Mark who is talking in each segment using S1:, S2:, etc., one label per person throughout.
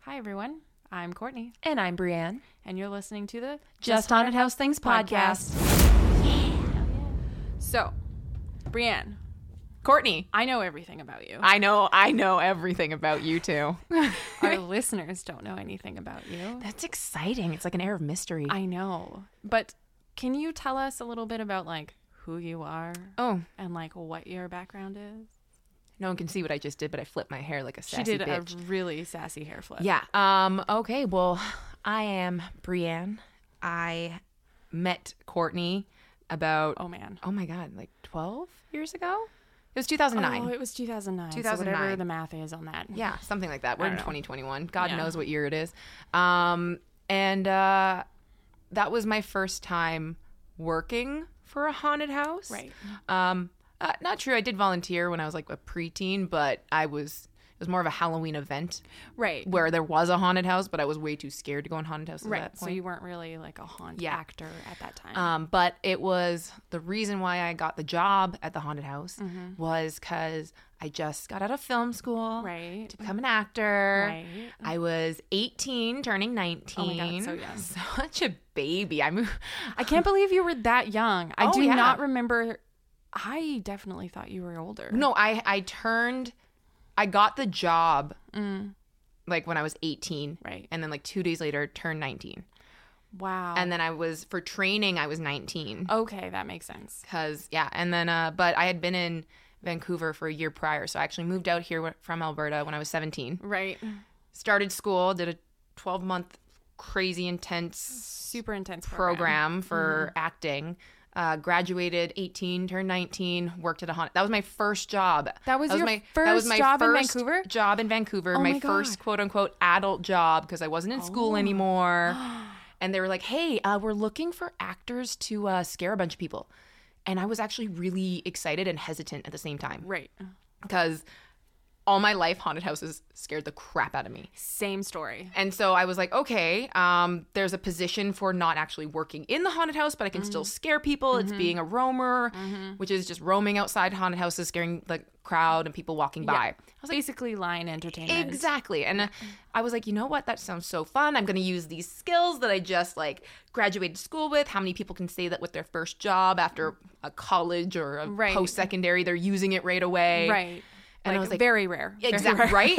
S1: Hi, everyone. I'm Courtney,
S2: And I'm Brienne.
S1: and you're listening to the
S2: Just Haunted House Things podcast.
S1: So, Brienne,
S2: Courtney,
S1: I know everything about you.
S2: I know I know everything about you two.
S1: Our listeners don't know anything about you.
S2: That's exciting. It's like an air of mystery.
S1: I know. But can you tell us a little bit about like who you are
S2: oh,
S1: and like what your background is?
S2: no one can see what I just did, but I flipped my hair like a sassy
S1: She did
S2: bitch.
S1: a really sassy hair flip.
S2: Yeah. Um. Okay. Well, I am Brienne. I met Courtney about oh,
S1: Oh man.
S2: my god, like twelve years ago. It was two thousand nine.
S1: Oh, it was 2009. so
S2: 2009.
S1: whatever the math is on that.
S2: yeah, something like that. We're in
S1: don't know.
S2: 2021. God
S1: Yeah.
S2: knows what year it is. Um. And uh, that was my first time working for a haunted house.
S1: Right.
S2: Um, uh, not true. I did volunteer when I was like a preteen, but I was it was more of a Halloween event
S1: Right.
S2: where there was a haunted house, but I was way too scared to go in haunted houses at
S1: Right.
S2: that
S1: So
S2: point.
S1: you weren't really like a haunt
S2: Yeah.
S1: actor at that time.
S2: um, but it was the reason why I got the job at the haunted house
S1: Mm-hmm.
S2: was because I just got out of film school
S1: right.
S2: to become an actor.
S1: Right.
S2: I was 18, turning 19.
S1: Oh so young.
S2: Such a baby. I moved.
S1: I can't believe you were that young. I
S2: Oh,
S1: do
S2: yeah.
S1: not remember. I definitely thought you were older.
S2: No, I I turned I got the job like when I was 18.
S1: Mm. Right.
S2: And then like 2 days later turned 19.
S1: Wow.
S2: And then I was for training I was 19
S1: okay, that makes sense.
S2: cuz yeah, and then uh but I had been in Vancouver for a year prior, so I actually moved out here wh- from Alberta when I was 17.
S1: Right.
S2: Started school, did a 12 month crazy intense
S1: Super intense program. Mm-hmm.
S2: program for acting. Uh, graduated 18, turned 19, worked at a haunted. That was my first job.
S1: That was your first job in Vancouver? Oh
S2: Job in Vancouver. my,
S1: my Oh.
S2: first quote unquote adult job because I wasn't in school anymore. and they were like, "Hey, uh, we're looking for actors to uh, scare a bunch of people," and I was actually really excited and hesitant at the same time
S1: Right.
S2: because all my life haunted houses scared the crap out of me.
S1: Same story.
S2: And so I was like, okay, um, there's a position for not actually working in the haunted house, but I can
S1: Mm-hmm.
S2: still scare people. It's being a roamer, which is just roaming outside haunted houses, scaring the crowd and people walking by.
S1: Basically, line entertainment.
S2: Exactly. And uh, I was like, you know what? That sounds so fun. I'm going to use these skills that I just like graduated school with. How many people can say that with their first job after a college or a
S1: Mm-hmm. Right.
S2: post secondary? They're using it right away.
S1: Right.
S2: And I was like,
S1: very rare. Very
S2: Exactly.
S1: rare.
S2: Right?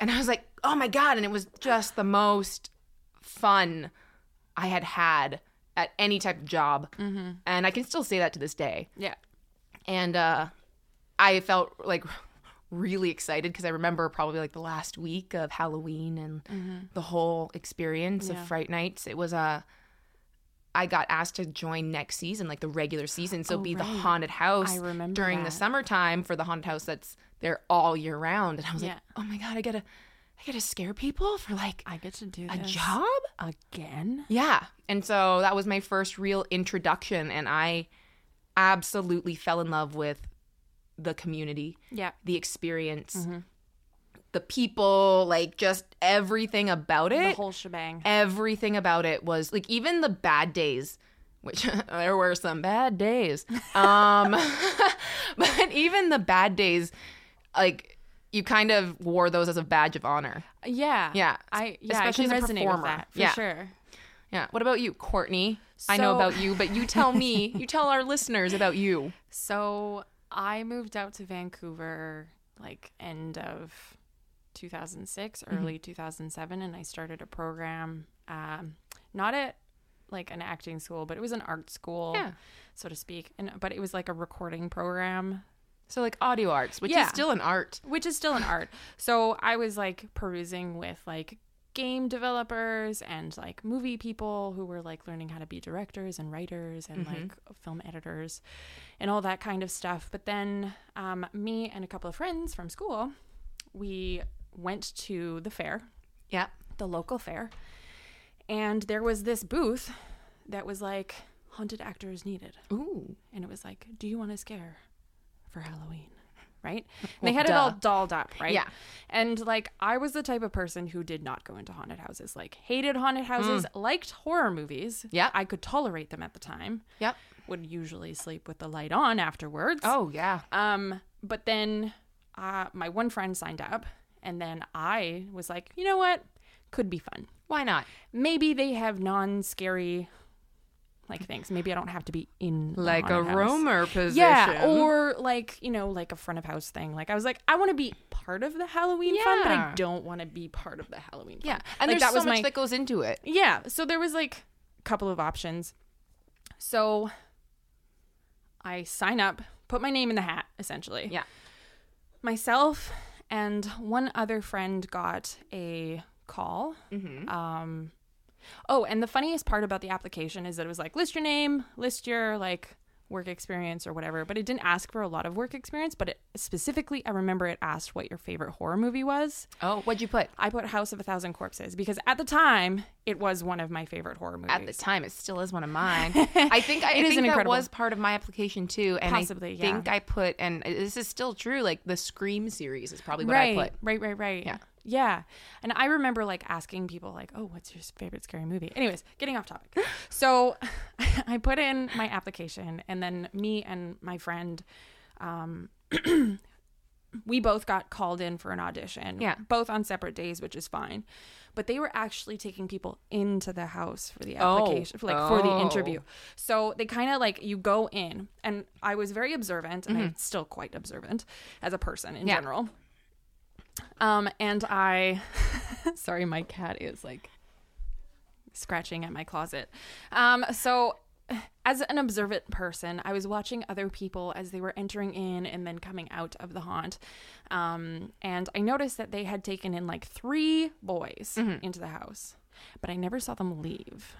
S2: and I was like, oh my God. And it was just the most fun I had had at any type of job. And I can still say that to this day.
S1: Yeah.
S2: And uh, I felt like really excited because I remember probably like the last week of Halloween and the whole experience
S1: Mm-hmm. Yeah.
S2: of Fright Nights. It was Uh, I got asked to join next season, like the regular season. So be the
S1: Oh, right.
S2: haunted house
S1: I remember
S2: during the
S1: that.
S2: summertime for the haunted house that's there all year round. And I was
S1: Yeah.
S2: like, oh my God, I gotta, I gotta scare people for like
S1: I get to do
S2: a
S1: this
S2: job?
S1: again.
S2: Yeah. And so that was my first real introduction. And I absolutely fell in love with the community,
S1: Yeah.
S2: the experience,
S1: Mm-hmm.
S2: the people, like just everything about
S1: The
S2: it.
S1: whole shebang.
S2: everything about it was like even the bad days, which there were some bad days. Um, but even the bad days, like you kind of wore those as a badge of honor.
S1: Yeah.
S2: Yeah.
S1: I yeah.
S2: Especially
S1: I can
S2: as a
S1: resonate with
S2: performer.
S1: that for
S2: Yeah.
S1: sure.
S2: Yeah. What about you, Courtney? I know
S1: So-
S2: about you, but you tell me, you tell our listeners about you.
S1: So I moved out to Vancouver like end of 2006, early 2007, and I started a program, um, not at like an acting school, but it was an art school,
S2: Yeah.
S1: so to speak. And but it was like a recording program,
S2: So like audio arts, which
S1: Yeah.
S2: is still an art.
S1: which is still an art. So I was like perusing with like game developers and like movie people who were like learning how to be directors and writers and like film editors and all that kind of stuff. But then um, me and a couple of friends from school, we went to the fair,
S2: Yeah.
S1: the local fair, and there was this booth that was like haunted actors needed
S2: Ooh.
S1: and it was like, "Do you want to scare for Halloween?" Right? And they had it
S2: duh.
S1: all dolled up, right?
S2: Yeah.
S1: And like, I was the type of person who did not go into haunted houses. Like, hated haunted
S2: Hmm.
S1: houses, liked horror movies.
S2: Yeah.
S1: I could tolerate them at the time.
S2: Yep.
S1: Would usually sleep with the light on afterwards.
S2: Oh yeah.
S1: Um, but then uh, my one friend signed up, and then I was like, you know what? could be fun.
S2: Why not?
S1: Maybe they have non-scary like things. Maybe I don't have to be in the
S2: Like a
S1: haunted house.
S2: roamer position.
S1: Yeah, or like you know, like a front of house thing. Like I was like, I want to be part of the Halloween fun, but I
S2: Yeah.
S1: don't want to be part of the Halloween. Fun.
S2: yeah. And
S1: Like,
S2: there's so much that goes into it.
S1: yeah. So there was like a couple of options. So I sign up, put my name in the hat, essentially.
S2: Yeah.
S1: Myself and one other friend got a call. Um, oh, and the funniest part about the application is that it was like list your name, list your like work experience or whatever, but it didn't ask for a lot of work experience. But it specifically, I remember it asked what your favorite horror movie was.
S2: Oh, what'd you put?
S1: I put House of a Thousand Corpses because at the time it was one of my favorite horror movies.
S2: At the time, it still is one of mine. I think I,
S1: It is an
S2: think that
S1: incredible-
S2: was part of my application too, and
S1: Possibly,
S2: I
S1: yeah.
S2: think I put, and this is still true. Like the Scream series is probably what
S1: right,
S2: I put.
S1: right, right, right.
S2: Yeah.
S1: yeah. And I remember like asking people like, "Oh, what's your favorite scary movie?" Anyways, getting off topic. so I put in my application, and then me and my friend. Um, We both got called in for an audition.
S2: Yeah.
S1: Both on separate days, which is fine. But they were actually taking people into the house for the application, for, like for the
S2: Oh.
S1: interview. So they kind of like you go in, and I was very observant, and I'm still quite observant as a person in
S2: Mm-hmm. Yeah.
S1: general. Um, and I, sorry, my cat is like scratching at my closet. Um, so as an observant person, I was watching other people as they were entering in and then coming out of the haunt. Um, and I noticed that they had taken in like three boys
S2: Mm-hmm.
S1: into the house, but I never saw them leave.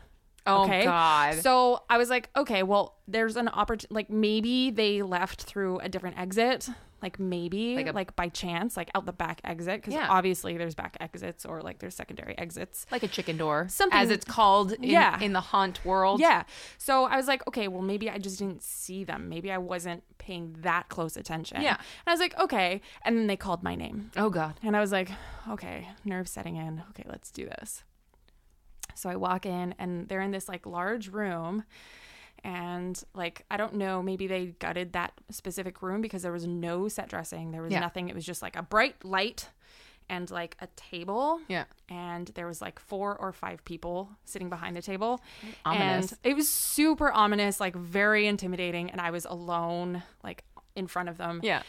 S2: Oh
S1: Okay.
S2: God.
S1: So I was like, okay, well, there's an opportunity. Like maybe they left through a different exit. Like maybe, like,
S2: Like a-
S1: by chance, like out the back exit, because
S2: Yeah.
S1: obviously there's back exits or like there's secondary exits.
S2: like a chicken door,
S1: Something-
S2: as it's called in,
S1: Yeah.
S2: in the haunt world.
S1: Yeah. So I was like, okay, well, maybe I just didn't see them. Maybe I wasn't paying that close attention.
S2: Yeah.
S1: And I was like, okay. And then they called my name.
S2: Oh God.
S1: And I was like, okay, nerve setting in. Okay, let's do this. So I walk in and they're in this like large room. And like, I don't know, maybe they gutted that specific room because there was no set dressing. There was
S2: Yeah.
S1: nothing. It was just like a bright light and like a table.
S2: Yeah.
S1: And there was like four or five people sitting behind the table.
S2: Ominous.
S1: And it was super ominous, like very intimidating. And I was alone, like in front of them.
S2: Yeah.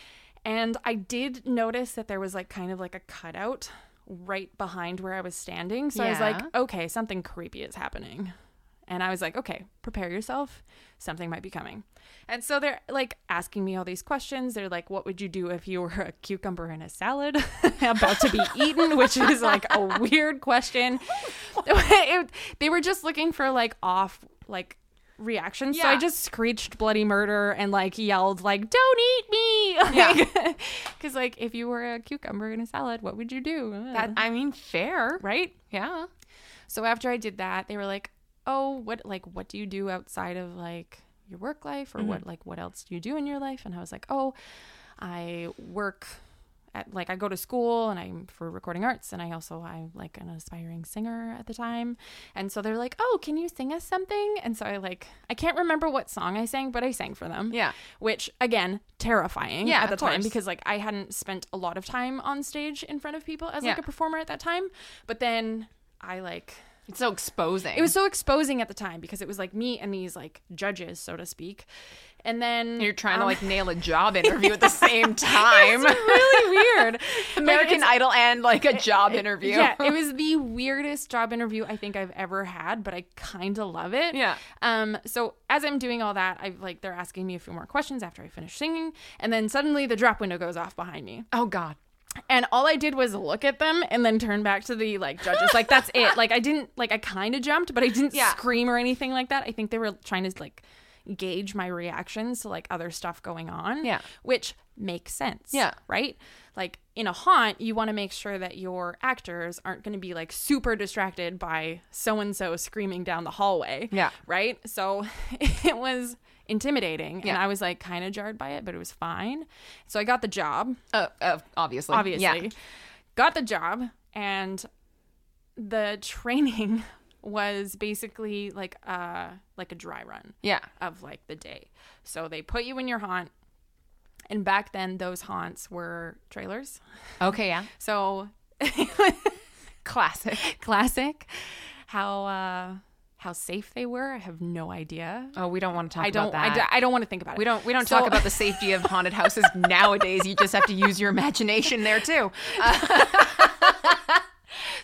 S1: And I did notice that there was like kind of like a cutout right behind where I was standing. So I was
S2: Yeah.
S1: like, okay, something creepy is happening. And I was like, okay, prepare yourself. Something might be coming. And so they're like asking me all these questions. They're like, what would you do if you were a cucumber in a salad about to be eaten? Which is like a weird question. It- they were just looking for like off, like, reactions. So I
S2: Yeah.
S1: just screeched bloody murder and like yelled like don't eat me
S2: Yeah.
S1: because like if you were a cucumber in a salad what would you do
S2: That I mean, fair.
S1: right
S2: Yeah.
S1: so after i did that they were like oh what like what do you do outside of like your work life or
S2: Mm-hmm.
S1: what like what else do you do in your life and i was like oh i work at like i go to school and i'm for recording arts and i also i'm like an aspiring singer at the time and so they're like oh can you sing us something and so i like i can't remember what song i sang but i sang for them
S2: Yeah.
S1: which again terrifying
S2: Yeah,
S1: at the
S2: of
S1: time
S2: course.
S1: because like i hadn't spent a lot of time on stage in front of people as like
S2: Yeah.
S1: a performer at that time but then i like
S2: It's so exposing.
S1: it was so exposing at the time because it was like me and these like judges so to speak and then um,
S2: You're trying to like nail a job interview at the same time.
S1: really weird
S2: American Idol and like a job interview.
S1: yeah it was the weirdest job interview i think i've ever had but i kind of love it
S2: Yeah.
S1: um so as i'm doing all that i've like they're asking me a few more questions after i finish singing and then suddenly the drop window goes off behind me
S2: Oh God.
S1: And all I did was look at them and then turn back to the like judges. Like that's it. Like I didn't like I kind of jumped, but I didn't
S2: Yeah.
S1: scream or anything like that. I think they were trying to like gauge my reactions to like other stuff going on.
S2: Yeah.
S1: Which makes sense.
S2: Yeah.
S1: Right? Like in a haunt, you want to make sure that your actors aren't going to be like super distracted by so and so screaming down the hallway.
S2: Yeah.
S1: Right? So it was intimidating and
S2: Yeah.
S1: I was like kind of jarred by it, but it was fine. So I got the job
S2: Uh, uh, obviously.
S1: obviously.
S2: Yeah.
S1: Got the job, and the training was basically like a like a dry run
S2: Yeah.
S1: of like the day. So they put you in your haunt, and back then those haunts were trailers.
S2: Okay. Yeah.
S1: So
S2: Classic.
S1: classic. How uh, how safe they were, I have no idea.
S2: Oh, we don't want to talk
S1: I don't.
S2: about
S1: I,
S2: that.
S1: d- I don't want to think about it.
S2: we don't. We don't
S1: So-
S2: talk about the safety of haunted houses nowadays. You just have to use your imagination there too.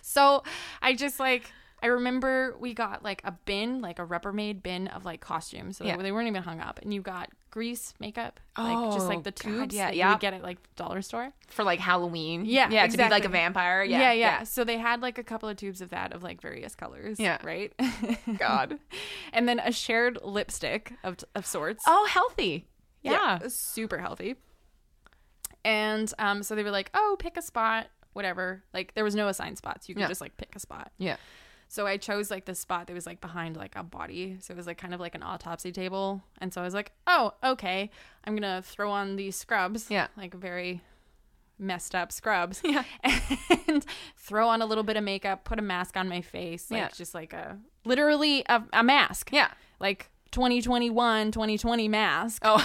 S1: So I just like I remember we got like a bin, like a Rubbermaid bin of like costumes, so
S2: Yeah.
S1: they weren't even hung up. And you got grease, makeup, like just
S2: Oh,
S1: like the
S2: God,
S1: tubes
S2: yeah,
S1: that you
S2: yep.
S1: would get at like the dollar store.
S2: For like Halloween.
S1: Yeah,
S2: Yeah. To be like
S1: exactly.
S2: a vampire.
S1: Yeah
S2: Yeah.
S1: yeah, So they had like a couple of tubes of that of like various colors.
S2: Yeah.
S1: right.
S2: God.
S1: and then a shared lipstick of of sorts.
S2: Oh, healthy.
S1: it was super healthy. And um, so they were like, "Oh, pick a spot, whatever." Like there was no assigned spots. You could
S2: Yeah.
S1: just like pick a spot.
S2: Yeah.
S1: So I chose like this spot that was like behind like a body. So it was like kind of like an autopsy table. And so I was like, oh, okay. I'm going to throw on these scrubs.
S2: Yeah.
S1: Like very messed up scrubs.
S2: Yeah.
S1: And throw on a little bit of makeup, put a mask on my face. Like
S2: Yeah.
S1: just like a literally a, a mask.
S2: Yeah.
S1: Like 2021, 2020 mask.
S2: Oh.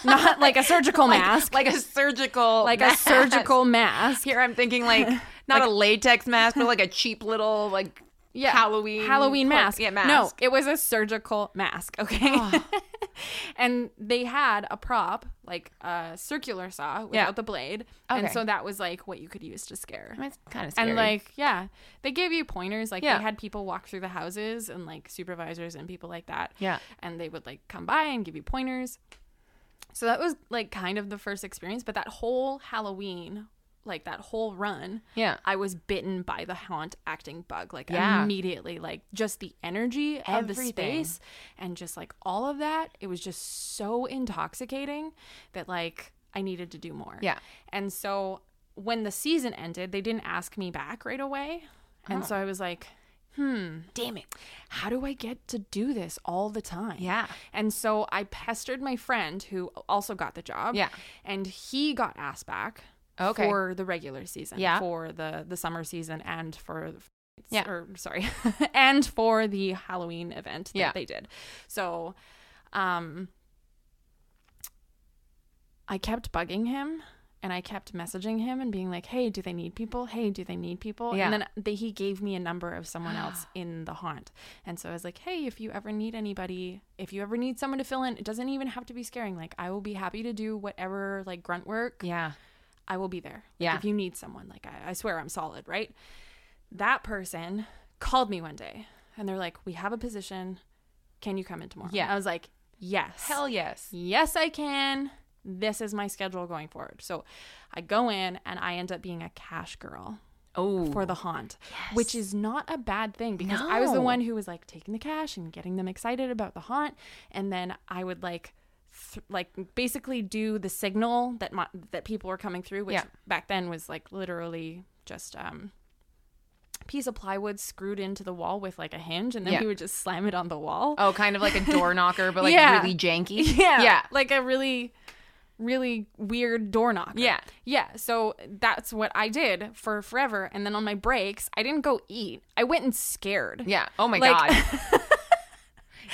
S1: Not like a surgical
S2: Like-
S1: mask.
S2: Like a surgical.
S1: Like
S2: mask.
S1: a surgical mask.
S2: Here I'm thinking like not a latex mask, but like a cheap little like
S1: yeah.
S2: Halloween
S1: Halloween
S2: cloak-
S1: mask.
S2: Yeah,
S1: No,
S2: mask.
S1: it was a surgical mask. Okay. and they had a prop, like a circular saw without
S2: Yeah.
S1: the blade.
S2: Okay.
S1: And so that was like what you could use to scare.
S2: It's kind of scary.
S1: And like, yeah, they gave you pointers. Like
S2: Yeah.
S1: they had people walk through the houses and like supervisors and people like that.
S2: Yeah.
S1: And they would like come by and give you pointers. So that was like kind of the first experience. But that whole Halloween, like that whole run,
S2: yeah.
S1: I was bitten by the haunt acting bug like
S2: Yeah.
S1: immediately like just the energy of the
S2: Everything.
S1: space and just like all of that it was just so intoxicating that like I needed to do more.
S2: Yeah.
S1: And so when the season ended they didn't ask me back right away and so I was like
S2: Damn it.
S1: how do I get to do this all the time?
S2: Yeah.
S1: And so I pestered my friend who also got the job.
S2: Yeah.
S1: And he got asked back
S2: Okay.
S1: for the regular season,
S2: Yeah.
S1: for the the summer season and for
S2: Yeah.
S1: or sorry, and for the Halloween event that
S2: Yeah.
S1: they did. So um I kept bugging him and I kept messaging him and being like, "Hey, do they need people? Hey, do they need people?"
S2: Yeah.
S1: And then they, he gave me a number of someone else in the haunt, and so I was like, "Hey, if you ever need anybody, if you ever need someone to fill in, it doesn't even have to be scaring. Like, I will be happy to do whatever like grunt work.
S2: Yeah.
S1: I will be there. Like,
S2: Yeah.
S1: if you need someone, like I, I swear I'm solid, right? That person called me one day, and they're like, "We have a position. Can you come in tomorrow?"
S2: Yeah.
S1: I was like, "Yes,
S2: Hell yes.
S1: yes i can this is my schedule going forward so i go in and i end up being a cash girl
S2: Oh.
S1: for the haunt which is not a bad thing because i was
S2: No.
S1: the one who was like taking the cash and getting them excited about the haunt and then i would like th- like basically do the signal that my, that people were coming through which
S2: Yeah.
S1: back then was like literally just um piece of plywood screwed into the wall with like a hinge and then
S2: Yeah.
S1: we would just slam it on the wall
S2: oh, kind of like a door knocker, but like
S1: Yeah.
S2: really janky.
S1: Yeah.
S2: Yeah.
S1: Like a really, really weird door knocker.
S2: Yeah.
S1: Yeah. So that's what I did for forever. And then on my breaks, I didn't go eat. I went and scared.
S2: Yeah. Oh my
S1: Like-
S2: god.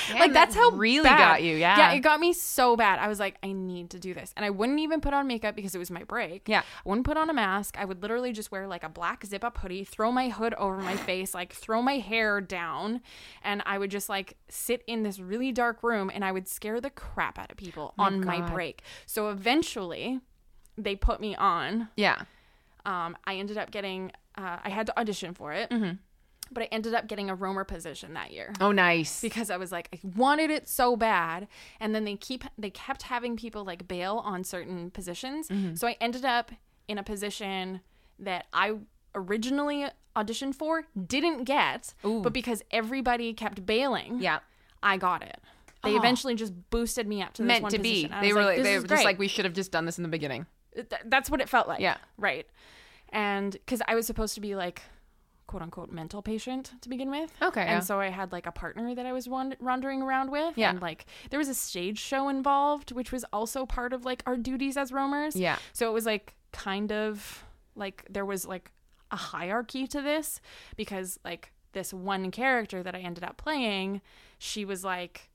S2: Damn,
S1: Like that's
S2: that
S1: how
S2: really
S1: bad-
S2: got you. Yeah.
S1: Yeah, it got me so bad. I was like, I need to do this. And I wouldn't even put on makeup because it was my break.
S2: Yeah.
S1: I wouldn't put on a mask. I would literally just wear like a black zip up hoodie, throw my hood over my face, like throw my hair down, and I would just like sit in this really dark room and I would scare the crap out of people on my
S2: God.
S1: break. So eventually they put me on
S2: yeah.
S1: um, I ended up getting, uh, I had to audition for it,
S2: Mm-hmm.
S1: but I ended up getting a roamer position that year
S2: Oh, nice.
S1: because I was like, I wanted it so bad. And then they keep, they kept having people like bail on certain positions.
S2: Mm-hmm.
S1: So I ended up in a position that I originally auditioned for, didn't get,
S2: Ooh.
S1: but because everybody kept bailing,
S2: yeah.
S1: I got it. They
S2: Aw.
S1: eventually just boosted me up to this
S2: Meant
S1: one
S2: to be.
S1: position. I
S2: They
S1: was
S2: were
S1: like,
S2: like,
S1: "This
S2: they
S1: is
S2: were just
S1: great."
S2: like we should have just done this in the beginning.
S1: th- that's what it felt like.
S2: Yeah.
S1: Right. And because I was supposed to be like, quote unquote, mental patient to begin with.
S2: Okay,
S1: And
S2: yeah.
S1: so I had like a partner that I was wand- wandering around with.
S2: Yeah.
S1: And like there was a stage show involved, which was also part of like our duties as roamers.
S2: Yeah.
S1: So it was like kind of like there was like a hierarchy to this because like this one character that I ended up playing, she was like,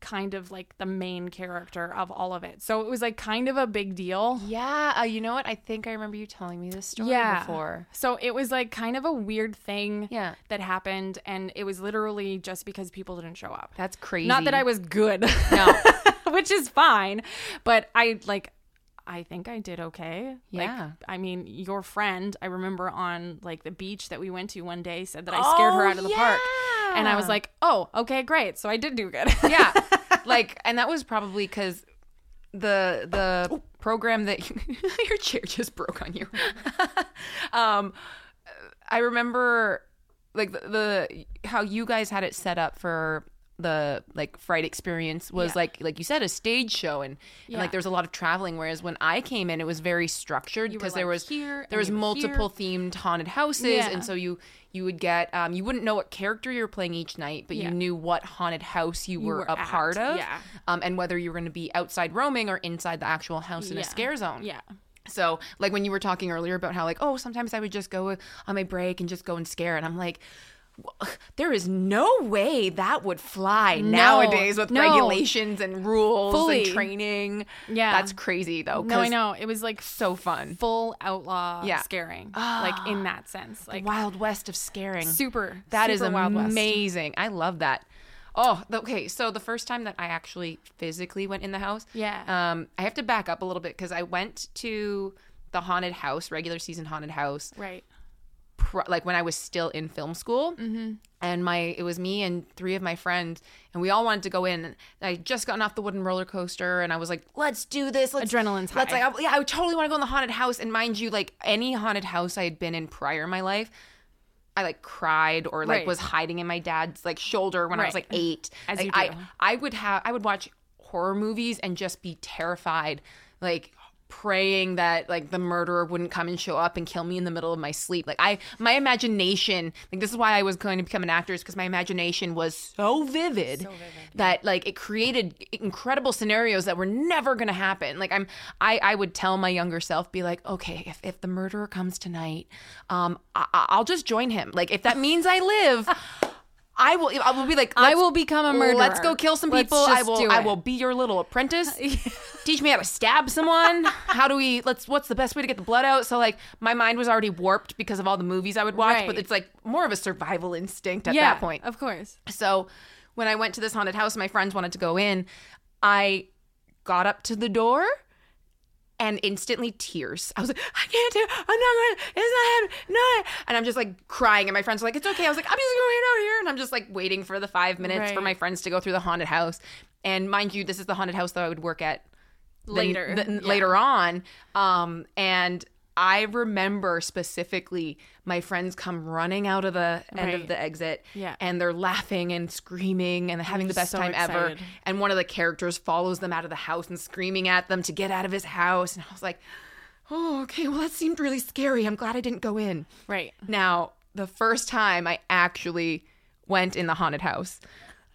S1: kind of like the main character of all of it. So it was like kind of a big deal.
S2: Yeah, uh, you know what? I think I remember you telling me this story before.
S1: So it was like kind of a weird thing
S2: Yeah.
S1: that happened and it was literally just because people didn't show up.
S2: That's crazy.
S1: Not that I was good.
S2: No.
S1: Which is fine, but I like I think I did okay.
S2: Yeah.
S1: Like I mean, your friend, I remember on like the beach that we went to one day said that I scared her
S2: Oh,
S1: out of the park. And I was
S2: yeah.
S1: like, "Oh, okay, great. So I did do good."
S2: yeah like and that was probably because the the
S1: Oh.
S2: program that your chair just broke on you um i remember like the, the how you guys had it set up for the like fright experience was
S1: Yeah.
S2: like like you said a stage show and, and
S1: Yeah.
S2: like there was a lot of traveling whereas when i came in it was very structured
S1: You were,
S2: because there
S1: like,
S2: was
S1: here, and
S2: there was
S1: you were here.
S2: multiple themed haunted houses
S1: Yeah.
S2: and so you you would get um you wouldn't know what character you were playing each night but
S1: Yeah.
S2: you knew what haunted house you were,
S1: were
S2: a
S1: at,
S2: part of
S1: yeah.
S2: um, and whether you were going to be outside roaming or inside the actual house in a
S1: Yeah.
S2: scare zone
S1: yeah.
S2: so like when you were talking earlier about how like oh sometimes i would just go on my break and just go and scare and i'm like w- there is no way that would fly nowadays with
S1: no.
S2: regulations and rules
S1: Fully.
S2: and training
S1: Yeah.
S2: that's crazy though
S1: No, I
S2: 'cause
S1: know. It was like
S2: so fun
S1: full outlaw
S2: Yeah.
S1: scaring, like in that sense, like
S2: wild west of scaring
S1: super.
S2: That is
S1: super Wild West.
S2: amazing. I love that. Oh, th- okay. So the first time that I actually physically went in the house,
S1: Yeah.
S2: Um, I have to back up a little bit because I went to the haunted house, regular season haunted house,
S1: Right.
S2: pr- like when I was still in film school.
S1: Mm-hmm.
S2: And my it was me and three of my friends, and we all wanted to go in. And I had just gotten off the wooden roller coaster, and I was like, "Let's do this! Let's,
S1: Adrenaline's
S2: Let's
S1: high.
S2: like, I, yeah, I would totally want to go in the haunted house." And mind you, like any haunted house I had been in prior in my life, I like cried or like
S1: Right.
S2: was hiding in my dad's like shoulder when I was
S1: Right.
S2: like eight.
S1: As
S2: Like,
S1: you do.
S2: I I would have I would watch horror movies and just be terrified, like praying that like the murderer wouldn't come and show up and kill me in the middle of my sleep. Like I my imagination, like this is why I was going to become an actor is because my imagination was so vivid, that like it created incredible scenarios that were never going to happen. Like I'm I I would tell my younger self be like, "Okay, if if the murderer comes tonight, um I, I- I'll just join him. Like if that means I live, I will. I will be like.
S1: I
S2: let's-
S1: will become a murderer.
S2: Let's go kill some
S1: Let's
S2: people. I
S1: just do
S2: will. I
S1: it.
S2: will be your little apprentice. Teach me how to stab someone. How do we? Let's. What's the best way to get the blood out? So like, my mind was already warped because of all the movies I would watch. But
S1: Right.
S2: it's like more of a survival instinct at
S1: yeah.
S2: that point.
S1: Of course.
S2: So when I went to this haunted house, my friends wanted to go in. I got up to the door and instantly tears. I was like, I can't do it. I'm not going. It's not happening. No. And I'm just like crying. And my friends are like, it's okay. I was like, I'm just going out here. And I'm just like waiting for the five minutes for
S1: Right.
S2: my friends to go through the haunted house. And mind you, this is the haunted house that I would work at the-
S1: Later.
S2: the-
S1: Yeah.
S2: later on um and i remember specifically my friends come running out of the end of
S1: Right.
S2: the exit
S1: Yeah.
S2: and they're laughing and screaming and having the best
S1: so
S2: time ever
S1: excited.
S2: and one of the characters follows them out of the house and screaming at them to get out of his house and i was like oh okay well that seemed really scary i'm glad i didn't go in
S1: Right.
S2: now the first time i actually went in the haunted house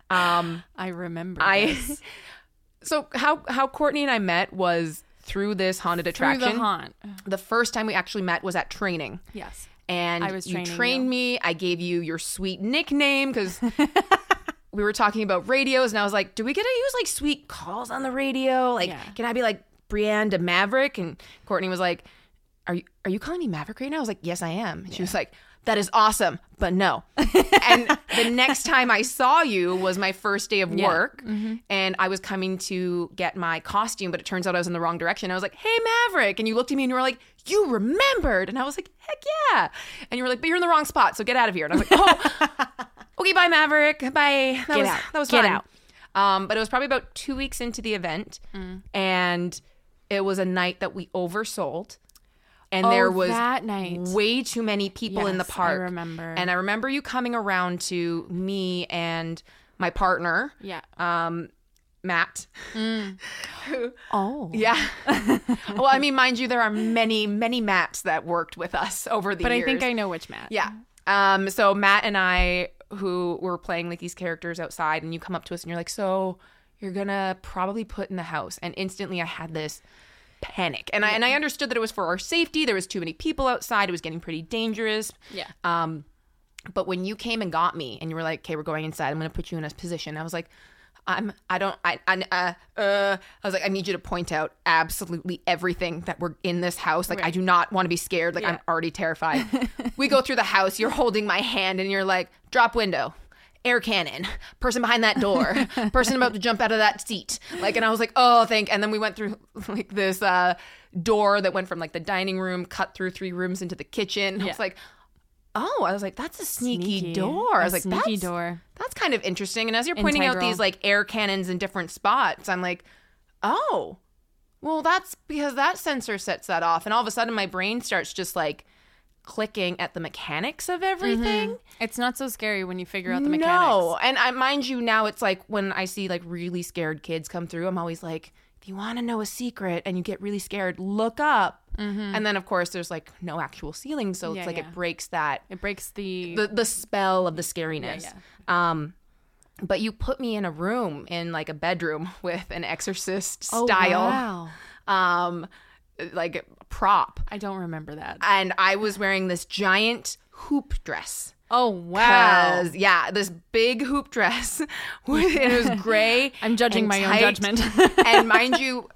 S2: um
S1: I remember.
S2: I
S1: this.
S2: so how how Courtney and I met was through this haunted
S1: through
S2: attraction.
S1: the haunt.
S2: The first time we actually met was at training.
S1: Yes.
S2: And
S1: I was
S2: you
S1: training
S2: trained
S1: you.
S2: me. I gave you your sweet nickname because we were talking about radios, and I was like, "Do we get to use like sweet calls on the radio? Like,
S1: Yeah.
S2: can I be like Brienne de Maverick?" And Courtney was like, "Are you are you calling me Maverick right now?" I was like, "Yes, I am." And She was like, "That is awesome, but no." and the next time I saw you was my first day of work,
S1: Mm-hmm.
S2: and I was coming to get my costume, but it turns out I was in the wrong direction. I was like, "Hey, Maverick," and you looked at me and you were like, "You remembered," and I was like, "Heck yeah!" And you were like, "But you're in the wrong spot, so get out of here." And I was like, "Oh." okay, bye, Maverick. Bye. That was,
S1: out.
S2: That was
S1: Get
S2: fun.
S1: out.
S2: Um, but it was probably about two weeks into the event,
S1: Mm.
S2: and it was a night that we oversold, and
S1: Oh,
S2: there was
S1: that night.
S2: way too many people in the
S1: Yes, I
S2: park.
S1: remember.
S2: And I remember you coming around to me and my partner,
S1: Yeah.
S2: um, Matt.
S1: oh.
S2: Yeah. well, I mean, mind you, there are many, many Matts that worked with us over the
S1: But
S2: years.
S1: I think I know which Matt.
S2: Yeah. Um, so Matt and I, who were playing like these characters outside, and you come up to us and you're like, "So you're gonna probably put in the house," and instantly I had this panic, and I and I understood that it was for our safety. There was too many people outside; it was getting pretty dangerous.
S1: Yeah.
S2: Um, but when you came and got me, and you were like, "Okay, we're going inside. I'm gonna put you in a position," I was like. I'm I don't I, I uh, uh I was like I need you to point out absolutely everything that we're in this house. Like I
S1: Right.
S2: do not want to be scared. Like I'm
S1: Yeah.
S2: already terrified. we go through the house. You're holding my hand and you're like drop window. Air cannon, person behind that door, person about to jump out of that seat. Like, and I was like, oh, thank. And then we went through like this uh, door that went from like the dining room, cut through three rooms into the kitchen. I
S1: Yeah.
S2: was like, oh, I was like, that's a sneaky,
S1: Sneaky.
S2: door. I
S1: A
S2: was like,
S1: sneaky
S2: that's
S1: door.
S2: that's kind of interesting. And as you're pointing out
S1: Integral.
S2: these like air cannons in different spots, I'm like, oh, well, that's because that sensor sets that off. And all of a sudden, my brain starts just like clicking at the mechanics of everything.
S1: It's not so scary when you figure out Mm-hmm. the mechanics.
S2: No. And I mind you, now it's like when I see like really scared kids come through, I'm always like, if you want to know a secret and you get really scared, look up. And then, of course, there's like no actual ceiling. So
S1: Mm-hmm. Yeah,
S2: it's like
S1: yeah.
S2: it breaks that
S1: It breaks the,
S2: the the spell of the scariness. Um but you put me in a room in like a bedroom with an exorcist
S1: Oh,
S2: style
S1: wow.
S2: um like prop
S1: I don't remember that.
S2: and I was wearing this giant hoop dress.
S1: Oh wow.
S2: 'Cause, yeah, this big hoop dress with and it was gray.
S1: I'm judging
S2: and
S1: my own
S2: tight.
S1: judgment.
S2: and mind you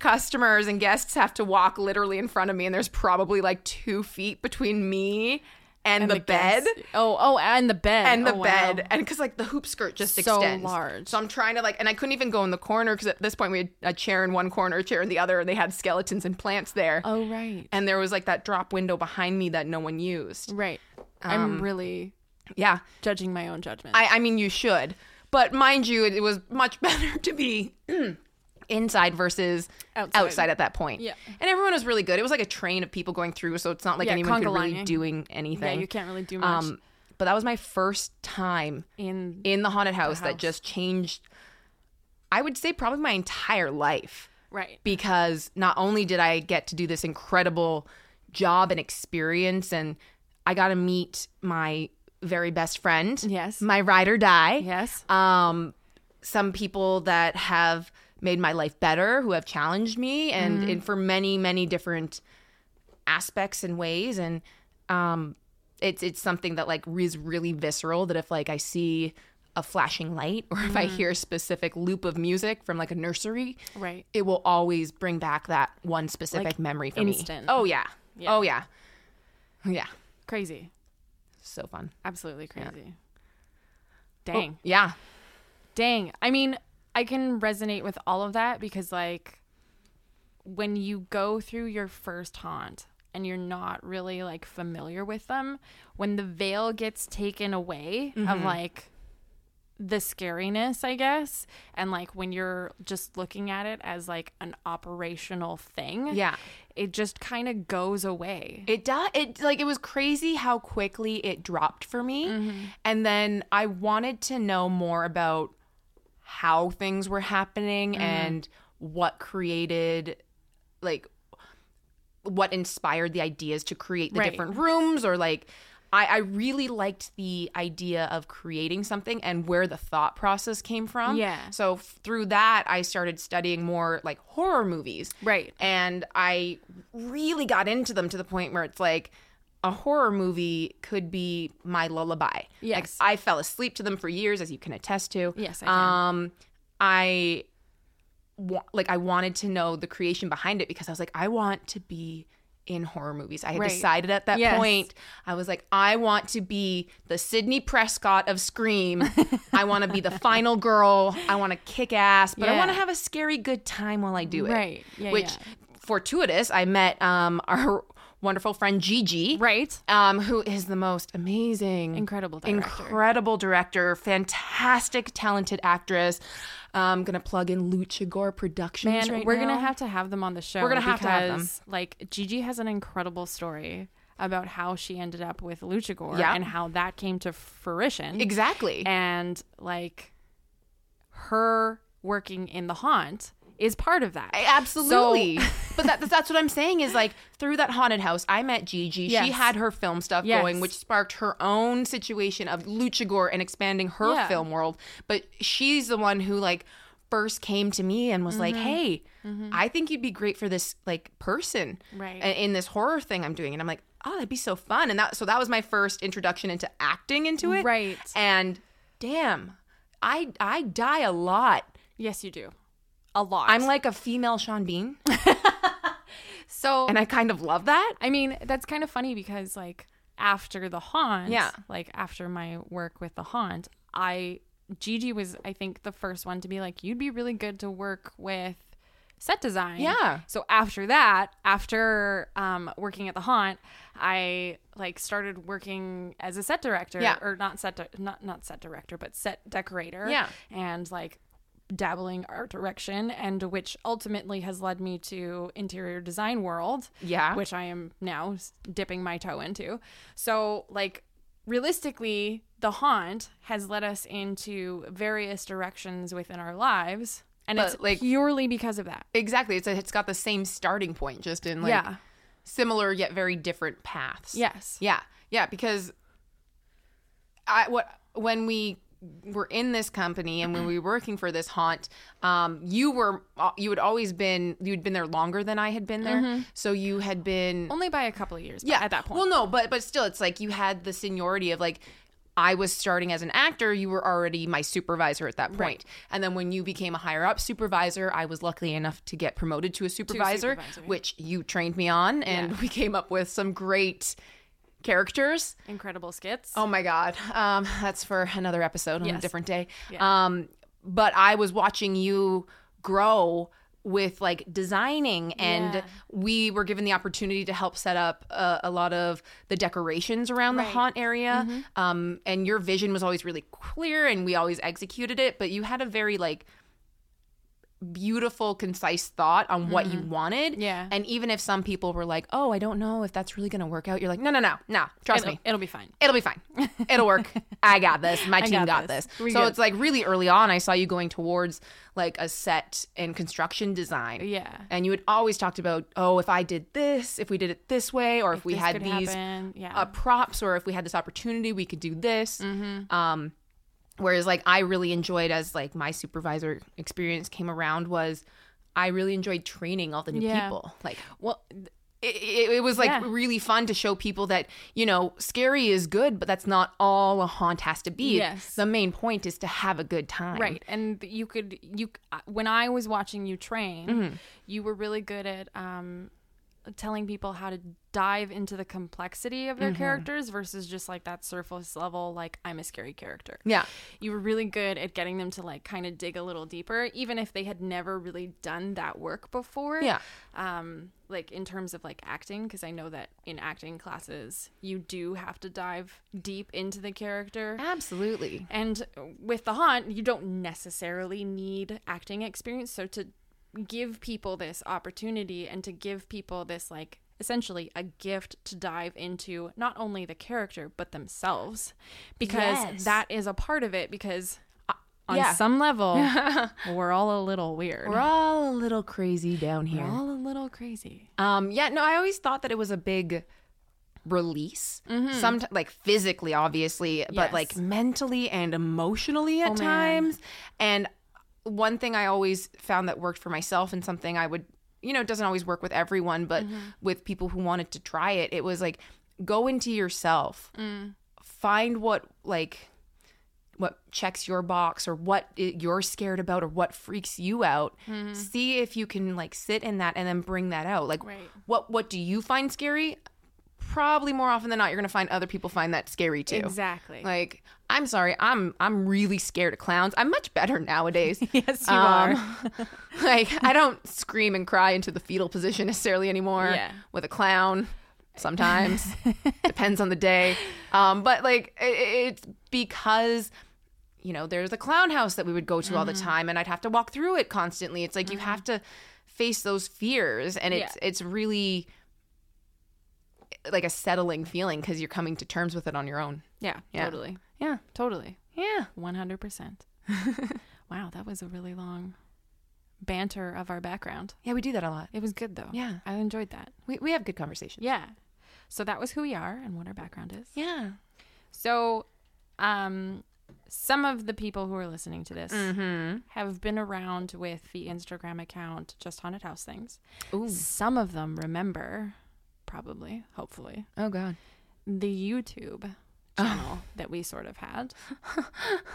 S2: customers and guests have to walk literally in front of me and there's probably like 2 feet between me and, the,
S1: The
S2: bed.
S1: guess- Oh, oh, and the bed.
S2: and the
S1: Oh, wow.
S2: bed and because like the hoop skirt just
S1: So
S2: extends
S1: large.
S2: so i'm trying to like and i couldn't even go in the corner because at this point we had a chair in one corner a chair in the other and they had skeletons and plants there
S1: Oh right.
S2: and there was like that drop window behind me that no one used
S1: Right. I'm really
S2: yeah
S1: judging my own judgment.
S2: Um, i, I mean you should but mind you it, it was much better to be inside versus outside.
S1: Outside.
S2: at that point
S1: Yeah.
S2: and everyone was really good it was like a train of people going through so it's not like
S1: Yeah,
S2: anyone could
S1: conga
S2: really
S1: lining.
S2: doing anything
S1: yeah, you can't really do much
S2: um but that was my first time
S1: in
S2: in the haunted house, that
S1: house.
S2: just changed i would say probably my entire life
S1: right.
S2: because not only did i get to do this incredible job and experience and i got to meet my very best friend
S1: Yes.
S2: my ride or die
S1: Yes.
S2: um some people that have made my life better who have challenged me and,
S1: Mm-hmm.
S2: and for many many different aspects and ways and um it's it's something that like is really visceral that if like i see a flashing light or if i
S1: Mm-hmm.
S2: hear a specific loop of music from like a nursery
S1: Right.
S2: it will always bring back that one specific memory for
S1: instant.
S2: me oh yeah.
S1: Yeah.
S2: oh yeah yeah
S1: Crazy.
S2: so fun
S1: Absolutely crazy.
S2: Oh,
S1: Dang.
S2: yeah
S1: Dang. I mean, I can resonate with all of that because, like, when you go through your first haunt and you're not really like familiar with them, when the veil gets taken away
S2: Mm-hmm.
S1: of like the scariness, I guess, and like when you're just looking at it as like an operational thing,
S2: Yeah.
S1: it just kind of goes away.
S2: It does. It like it was crazy how quickly it dropped for me,
S1: Mm-hmm.
S2: and then I wanted to know more about how things were happening
S1: Mm-hmm.
S2: and what created, like, what inspired the ideas to create the
S1: Right.
S2: different rooms or like. I, I really liked the idea of creating something and where the thought process came from.
S1: Yeah.
S2: So f- through that, I started studying more like horror movies.
S1: Right.
S2: And I really got into them to the point where it's like a horror movie could be my lullaby. Like,
S1: Yes.
S2: I fell asleep to them for years, as you can attest to.
S1: Yes, I can.
S2: Um, I wa- like I wanted to know the creation behind it because I was like, I want to be in horror movies. I had
S1: Right.
S2: decided at that
S1: Yes.
S2: point. I was like, I want to be the Sydney Prescott of Scream. I want to be the final girl. I want to kick ass, but I
S1: Yeah.
S2: want to have a scary good time while I do it.
S1: Right. Yeah,
S2: Which fortuitous, I met um our wonderful friend Gigi.
S1: Right.
S2: Um, who is the most amazing,
S1: Incredible director.
S2: incredible director, fantastic, talented actress. I'm gonna plug in Lucha Gore Productions.
S1: And
S2: right
S1: we're
S2: now.
S1: gonna have to have them on the show.
S2: We're gonna have to have them.
S1: because, Like Gigi has an incredible story about how she ended up with Luchagore
S2: Yeah.
S1: and how that came to fruition.
S2: exactly.
S1: And like her working in the haunt is part of that.
S2: Absolutely.
S1: So-
S2: but that, that's what I'm saying is like through that haunted house, I met Gigi. She
S1: Yes.
S2: had her film stuff
S1: Yes.
S2: going, which sparked her own situation of Luchagor and expanding her
S1: Yeah.
S2: film world. But she's the one who like first came to me and was
S1: Mm-hmm.
S2: like, hey, I think you'd be great for this like person
S1: Right.
S2: a- in this horror thing I'm doing. And I'm like, oh, that'd be so fun. And that so that was my first introduction into acting into it.
S1: Right.
S2: And damn, I I die a lot.
S1: Yes, you do. A lot.
S2: I'm like a female Sean Bean,
S1: so
S2: and I kind of love that.
S1: I mean, that's kind of funny because like after the haunt,
S2: Yeah.
S1: like after my work with the haunt, I Gigi was I think the first one to be like, you'd be really good to work with set design.
S2: Yeah.
S1: So after that, after um, working at the haunt, I like started working as a set director.
S2: Yeah.
S1: Or not set di- not not set director, but set decorator.
S2: Yeah.
S1: And like dabbling art direction and which ultimately has led me to interior design world
S2: Yeah.
S1: which I am now s- dipping my toe into. So, like, realistically, the haunt has led us into various directions within our lives. And
S2: But,
S1: it's
S2: like-
S1: purely because of that.
S2: Exactly. It's a, it's got the same starting point, just in like
S1: yeah.
S2: similar yet very different paths.
S1: Yes.
S2: Yeah. Yeah. Because I what when we were in this company and when we were working for this haunt, um, you were you had always been you'd been there longer than I had been there, so you had been
S1: Only by a couple of years. Yeah.
S2: yeah
S1: At that point.
S2: Well, no, but but still, it's like you had the seniority of like. I was starting as an actor. You were already my supervisor at that point. And then when you became a higher up supervisor, I was lucky enough to get promoted to a supervisor,
S1: supervisor.
S2: which you trained me on. And we came up with some great characters.
S1: Incredible skits.
S2: Oh my God. Um, that's for another episode on a
S1: Yes.
S2: different day.
S1: Yeah.
S2: Um, but I was watching you grow with like designing and
S1: Yeah.
S2: we were given the opportunity to help set up uh, a lot of the decorations around the
S1: Right. Mm-hmm.
S2: haunt area um, and your vision was always really clear and we always executed it but you had a very like beautiful concise thought on what you wanted
S1: Mm-hmm. Yeah.
S2: and even if some people were like oh i don't know if that's really gonna work out you're like no no no no trust
S1: it'll,
S2: me
S1: it'll be fine.
S2: It'll be fine. It'll work. I got this. My team
S1: got
S2: got this.
S1: this. We
S2: So
S1: good.
S2: it's like really early on, I saw you going towards like a set and construction design.
S1: Yeah.
S2: And you had always talked about, oh, if I did this, if we did it this way, or if, we
S1: This
S2: had
S1: could
S2: these
S1: happen. Yeah.
S2: uh, props, or if we had this opportunity, we could do this.
S1: Mm-hmm.
S2: Um, whereas like I really enjoyed as like my supervisor experience came around was I really enjoyed training all the new
S1: Yeah.
S2: people. Like
S1: well,
S2: it, it, it was like
S1: Yeah.
S2: really fun to show people that you know scary is good but that's not all a haunt has to be
S1: Yes.
S2: the main point is to have a good time
S1: Right, and you could you uh, when I was watching you train,
S2: Mm-hmm.
S1: you were really good at um, telling people how to dive into the complexity of their
S2: Mm-hmm.
S1: characters versus just like that surface level, like I'm a scary character.
S2: yeah
S1: You were really good at getting them to like kind of dig a little deeper, even if they had never really done that work before.
S2: Yeah.
S1: Um, like in terms of like acting, because I know that in acting classes you do have to dive deep into the character.
S2: absolutely
S1: And with The Haunt, you don't necessarily need acting experience. So to give people this opportunity and to give people this, like, essentially a gift to dive into not only the character, but themselves, because
S2: Yes.
S1: that is a part of it. Because uh, on
S2: Yeah.
S1: some level, we're all a little weird.
S2: we're all a little crazy down here
S1: We're all a little crazy.
S2: Um, yeah, no, I always thought that it was a big release. Some like physically, obviously, but
S1: Mm-hmm. Yes. Oh,
S2: like mentally and emotionally at
S1: man.
S2: times. And one thing I always found that worked for myself and something I would, you know, it doesn't always work with everyone, but
S1: Mm-hmm.
S2: with people who wanted to try it, it was like go into yourself. Find what like what checks your box or what i you're scared about or what freaks you out
S1: Mm-hmm.
S2: see if you can like sit in that and then bring that out like
S1: Right.
S2: what what do you find scary probably more often than not you're gonna find other people find that scary too
S1: Exactly.
S2: like i'm sorry i'm i'm really scared of clowns i'm much better nowadays
S1: yes, you are.
S2: Um, like i don't scream and cry into the fetal position necessarily anymore
S1: Yeah.
S2: with a clown sometimes depends on the day um, but like i- i it's because you know there's a clown house that we would go to all the
S1: Mm-hmm.
S2: time and i'd have to walk through it constantly it's like you have to face those fears and it's it's really like a settling feeling because you're coming to terms with it on your own
S1: Yeah,
S2: Yeah.
S1: totally.
S2: yeah
S1: Totally.
S2: yeah
S1: 100%. wow, that was a really long banter of our background.
S2: yeah we do that a lot
S1: It was good though.
S2: Yeah.
S1: I enjoyed that.
S2: we, we have good conversations
S1: Yeah. So that was who we are and what our background is.
S2: yeah
S1: So um some of the people who are listening to this have been around with the Instagram account just haunted house things.
S2: Ooh.
S1: Some of them remember probably, hopefully,
S2: oh god
S1: the YouTube channel that we sort of had,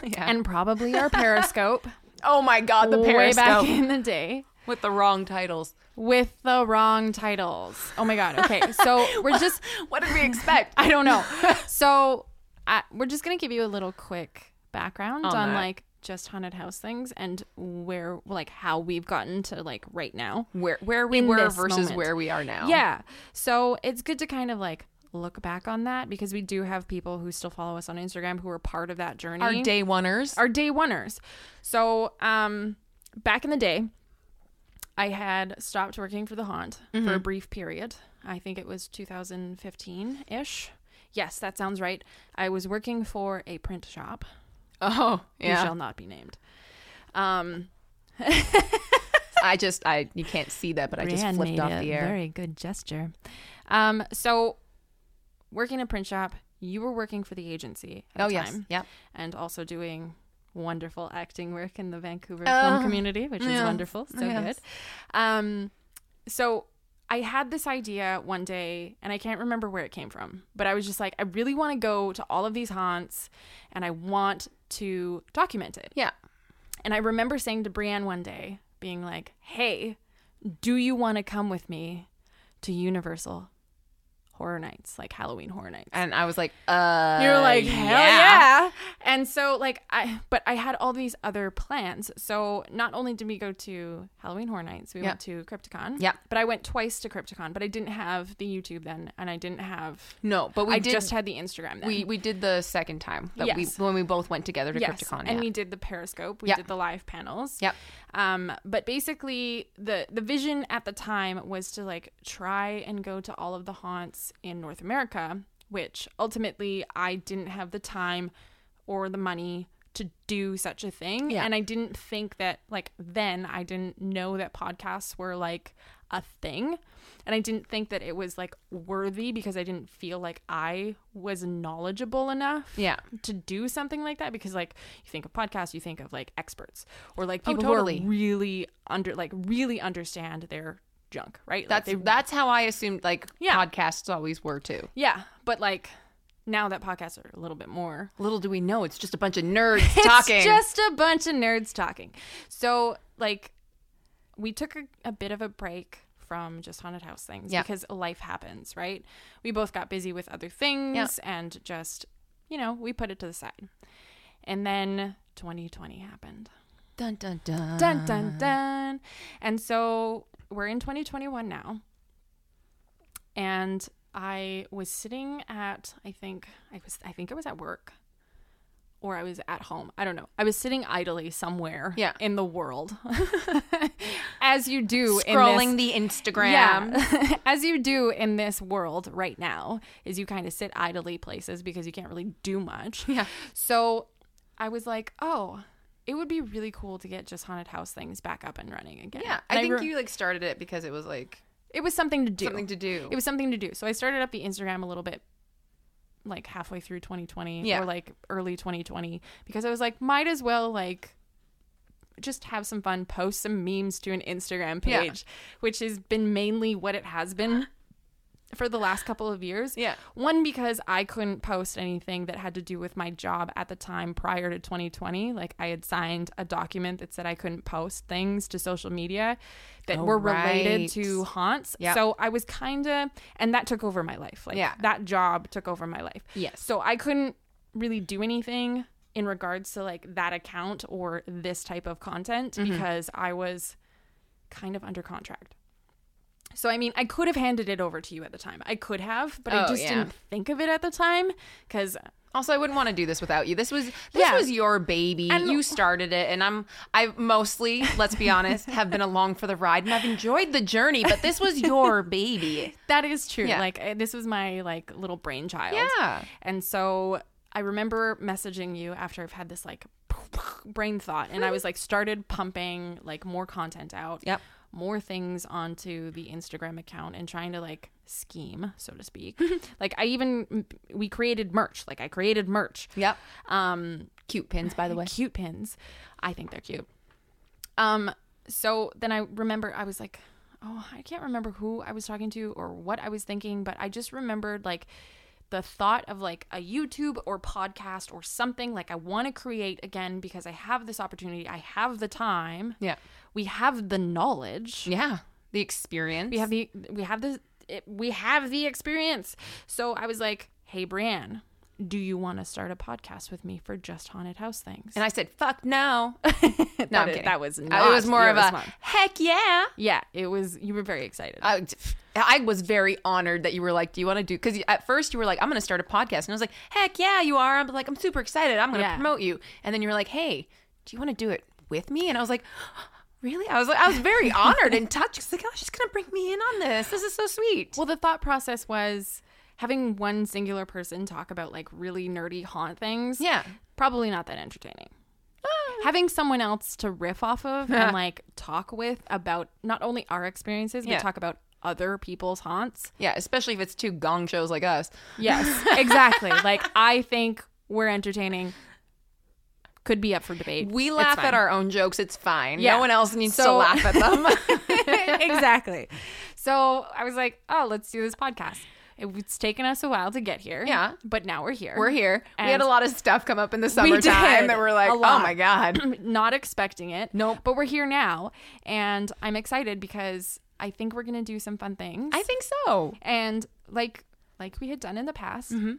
S2: Yeah.
S1: and probably our Periscope
S2: oh my God, the
S1: way back
S2: Periscope
S1: in the day
S2: with the wrong titles.
S1: with the wrong titles. Oh my god. Okay, so we're just
S2: What did we expect?
S1: I don't know. So I, we're just gonna give you a little quick background on,
S2: that.
S1: like just haunted house things and where like how we've gotten to like right now.
S2: where where we
S1: In
S2: were
S1: this
S2: versus
S1: moment.
S2: where we are now.
S1: Yeah. So it's good to kind of like look back on that because we do have people who still follow us on Instagram who are part of that journey.
S2: Our day oneers.
S1: our day oneers. So um back in the day, I had stopped working for the haunt for
S2: Mm-hmm.
S1: a brief period. I think it was 2015 ish. Yes, that sounds right. I was working for a print shop.
S2: oh,
S1: who
S2: yeah.
S1: shall not be named. Um,
S2: I just I you can't see that, but I just
S1: Brienne
S2: flipped
S1: made
S2: off
S1: a
S2: the air.
S1: Very good gesture. Um, so working in a print shop, you were working for the agency at
S2: oh
S1: the
S2: yes.
S1: time,
S2: Yep.
S1: and also doing wonderful acting work in the Vancouver
S2: Oh,
S1: film community, which
S2: yeah.
S1: is wonderful. So
S2: Yes.
S1: good. Um, so I had this idea one day, and I can't remember where it came from, but I was just like, I really want to go to all of these haunts, and I want to document it.
S2: Yeah.
S1: And I remember saying to Brienne one day, being like, hey, do you want to come with me to Universal Horror Nights, like Halloween Horror Nights?
S2: And I was like, uh
S1: You're like, hell yeah. And so, like, I, but I had all these other plans. So, not only did we go to Halloween Horror Nights, we
S2: Yeah.
S1: went to Crypticon.
S2: Yeah.
S1: But I went twice to Crypticon, but I didn't have the YouTube then, and I didn't have,
S2: No, but we
S1: I
S2: did
S1: just had the Instagram then.
S2: we we did the second time that
S1: Yes.
S2: we when we both went together to
S1: yes.
S2: Crypticon.
S1: And
S2: yeah.
S1: we did the Periscope, we
S2: Yeah.
S1: did the live panels.
S2: Yep.
S1: Um, but basically, the the vision at the time was to like try and go to all of the haunts in North America, which ultimately I didn't have the time or the money to do such a thing,
S2: Yeah.
S1: and I didn't think that like then I didn't know that podcasts were like a thing, and I didn't think that it was like worthy because I didn't feel like I was knowledgeable enough
S2: Yeah.
S1: to do something like that because like you think of podcasts you think of like experts or like
S2: Oh,
S1: people
S2: totally.
S1: who are really under like really understand their junk right Like,
S2: That's
S1: they-
S2: that's how I assumed like
S1: Yeah.
S2: podcasts always were too.
S1: yeah but like now that podcasts are a little bit more
S2: Little do we know, it's just a bunch of nerds talking.
S1: it's just a bunch of nerds talking so like we took a, a bit of a break from just haunted house things
S2: Yeah.
S1: because life happens right we both got busy with other things and just you know we put it to the side and then 2020 happened
S2: dun dun dun.
S1: Dun dun
S2: Ah.
S1: dun. And so we're in 2021 now. And I was sitting at I think I was I think I was at work or I was at home. I don't know. I was sitting idly somewhere
S2: Yeah.
S1: in the world. As you do in
S2: Scrolling
S1: this
S2: the Instagram.
S1: yeah. As you do in this world right now, is you kind of sit idly places because you can't really do much.
S2: Yeah.
S1: So I was like, oh, it would be really cool to get just haunted house things back up and running again.
S2: Yeah,
S1: And
S2: I think
S1: re-
S2: you like started it because it was like
S1: It was something to do.
S2: something to do.
S1: It was something to do. So I started up the Instagram a little bit like halfway through 2020
S2: Yeah.
S1: or like early 2020 because I was like, might as well like just have some fun, post some memes to an Instagram
S2: Yeah.
S1: page, which has been mainly what it has been for the last couple of years.
S2: Uh-huh. Yeah.
S1: One, because I couldn't post anything that had to do with my job at the time prior to 2020. Like I had signed a document that said I couldn't post things to social media that
S2: Oh,
S1: were
S2: right.
S1: related to haunts.
S2: Yep.
S1: So I was kind of, and that took over my life. Like
S2: Yeah.
S1: that job took over my life.
S2: Yes.
S1: So I couldn't really do anything in regards to like that account or this type of content
S2: Mm-hmm.
S1: because I was kind of under contract. So I mean, I could have handed it over to you at the time. I could have, but I
S2: Oh,
S1: just
S2: yeah.
S1: didn't think of it at the time because
S2: also, I wouldn't want to do this without you. This was this
S1: Yeah.
S2: was your baby.
S1: And-
S2: you started it, and I'm I mostly, let's be honest, have been along for the ride, and I've enjoyed the journey. But this was your baby.
S1: that is true.
S2: Yeah.
S1: Like uh, this was my like little brainchild.
S2: Yeah.
S1: And so I remember messaging you after I've had this like brain thought and I was like started pumping like more content out.
S2: Yep.
S1: More things onto the Instagram account and trying to like scheme, so to speak. like I even we created merch. Like I created merch.
S2: Yep.
S1: Um
S2: Cute pins, by the way.
S1: Cute pins. I think they're cute. Um, so then I remember I was like, oh, I can't remember who I was talking to or what I was thinking, but I just remembered like the thought of like a YouTube or podcast or something like I want to create again because I have this opportunity, I have the time,
S2: Yeah.
S1: we have the knowledge,
S2: Yeah. The experience.
S1: we have the we have the it, we have the experience. So I was like, hey Brienne, do you want to start a podcast with me for just haunted house things?
S2: and I said, fuck no. no,
S1: That
S2: I'm
S1: is-
S2: kidding.
S1: that was
S2: It
S1: not
S2: was more
S1: your
S2: of a,
S1: response.
S2: heck yeah.
S1: yeah, it was. You were very excited.
S2: I, I was very honored that you were like, do you want to do? Because at first you were like, I'm going to start a podcast. And I was like, heck yeah, you are. I'm like, I'm super excited. I'm going to
S1: Yeah.
S2: promote you. And then you were like, hey, do you want to do it with me? And I was like, really? I was like, I was very honored and touched. It's like, oh, she's going to bring me in on this. This is so sweet.
S1: Well, the thought process was having one singular person talk about like really nerdy haunt things.
S2: Yeah.
S1: Probably not that entertaining. Having someone else to riff off of and like talk with about not only our experiences, but
S2: Yeah.
S1: talk about other people's haunts.
S2: yeah, especially if it's two gong shows like us.
S1: Yes, exactly. like, I think we're entertaining. Could be up for debate.
S2: We
S1: It's
S2: laugh
S1: fine.
S2: at our own jokes. It's fine.
S1: Yeah.
S2: No one else needs to
S1: So-
S2: laugh at them.
S1: exactly. So I was like, oh, let's do this podcast. It's taken us a while to get here.
S2: Yeah.
S1: But now we're here.
S2: We're here. we had
S1: And-
S2: a lot of stuff come up in the summertime
S1: did.
S2: that we're like,
S1: A
S2: oh
S1: lot.
S2: my God.
S1: not expecting it.
S2: Nope.
S1: But we're here now, and I'm excited because I think we're gonna do some fun things.
S2: I think so.
S1: and like like we had done in the past,
S2: Mm-hmm.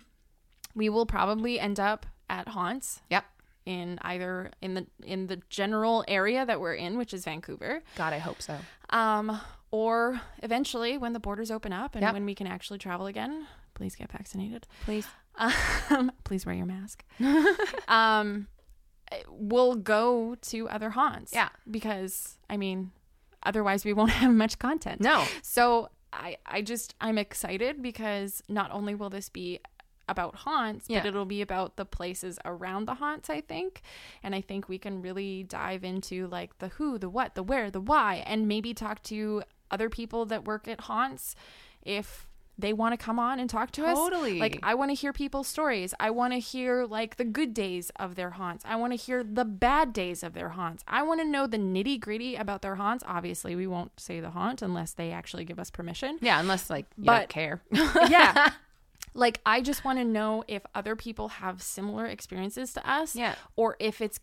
S1: we will probably end up at haunts
S2: Yep.
S1: in either in the in the general area that we're in, which is Vancouver,
S2: God, I hope so.
S1: um, or eventually when the borders open up and
S2: Yep.
S1: when we can actually travel again. Please get vaccinated.
S2: Please.
S1: Um, please wear your mask. um, we'll go to other haunts.
S2: Yeah.
S1: Because, I mean, otherwise we won't have much content.
S2: No.
S1: So I, I just, I'm excited because not only will this be about haunts,
S2: Yeah.
S1: but it'll be about the places around the haunts, I think. And I think we can really dive into like the who, the what, the where, the why, and maybe talk to other people that work at haunts if they want to come on and talk to us.
S2: Totally.
S1: Like I want to hear people's stories. I want to hear like the good days of their haunts. I want to hear the bad days of their haunts. I want to know the nitty gritty about their haunts. Obviously, we won't say the haunt unless they actually give us permission.
S2: Yeah, unless like you don't
S1: But-
S2: care.
S1: yeah. Like I just want to know if other people have similar experiences to us,
S2: Yeah.
S1: or if it's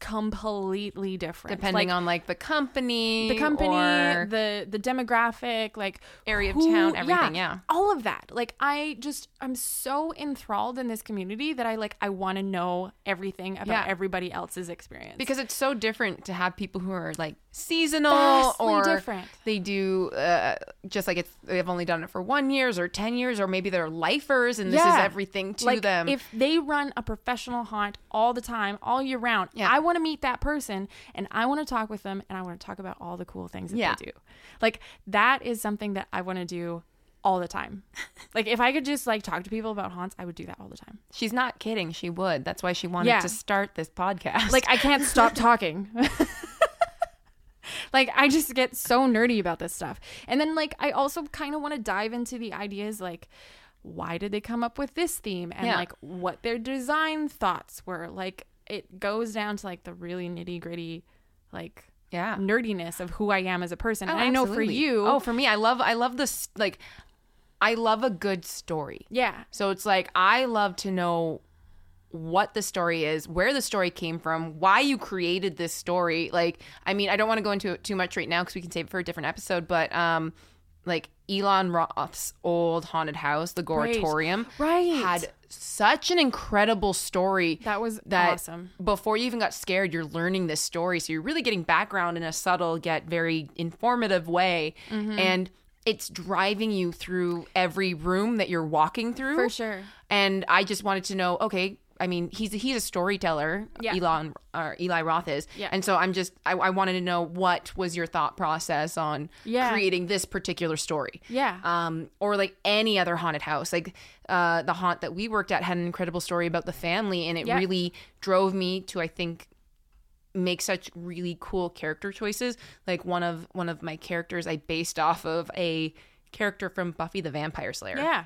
S1: completely different,
S2: Depending
S1: Like,
S2: on like the company,
S1: the company,
S2: or-
S1: the the demographic, like
S2: Area of town, everything, yeah.
S1: all of that. Like I just I'm so enthralled in this community that I like I want to know everything about
S2: Yeah.
S1: everybody else's experience.
S2: because it's so different to have people who are like seasonal
S1: Vastly
S2: or
S1: different.
S2: they do uh, just like it's they've only done it for one years or ten years or maybe they're lifers and this is
S1: Yeah.
S2: everything to
S1: like
S2: them.
S1: if they run a professional haunt all the time, all year round,
S2: Yeah.
S1: I want to meet that person and I want to talk with them and I want to talk about all the cool things that
S2: Yeah.
S1: they do. Like that is something that I want to do all the time. like if I could just like talk to people about haunts, I would do that all the time.
S2: She's not kidding. She would. That's why she wanted
S1: Yeah.
S2: to start this podcast.
S1: Like I can't stop talking. like I just get so nerdy about this stuff. And then like I also kind of want to dive into the ideas like why did they come up with this theme and
S2: Yeah.
S1: like what their design thoughts were. Like it goes down to like the really nitty-gritty like
S2: yeah.
S1: nerdiness of who I am as a person.
S2: Uh, Oh,
S1: and I know for
S2: absolutely.
S1: you,
S2: Oh, for me, I love I love this like I love a good story.
S1: yeah.
S2: So it's like I love to know what the story is, where the story came from, why you created this story. Like, I mean, I don't want to go into it too much right now because we can save it for a different episode, but um like Elon Roth's old haunted house, the Goratorium,
S1: Right.
S2: had such an incredible story.
S1: That was
S2: that
S1: awesome.
S2: before you even got scared, you're learning this story. So you're really getting background in a subtle yet very informative way.
S1: Mm-hmm.
S2: And it's driving you through every room that you're walking through.
S1: For sure.
S2: And I just wanted to know, okay, I mean, he's he's a storyteller,
S1: Yeah.
S2: Elon or Eli Roth is.
S1: Yeah.
S2: And so I'm just I, I wanted to know what was your thought process on
S1: Yeah.
S2: creating this particular story
S1: Yeah.
S2: um, or like any other haunted house. Like uh, the haunt that we worked at had an incredible story about the family, and it
S1: Yeah.
S2: really drove me to I think make such really cool character choices. Like one of one of my characters, I based off of a character from Buffy the Vampire Slayer
S1: yeah.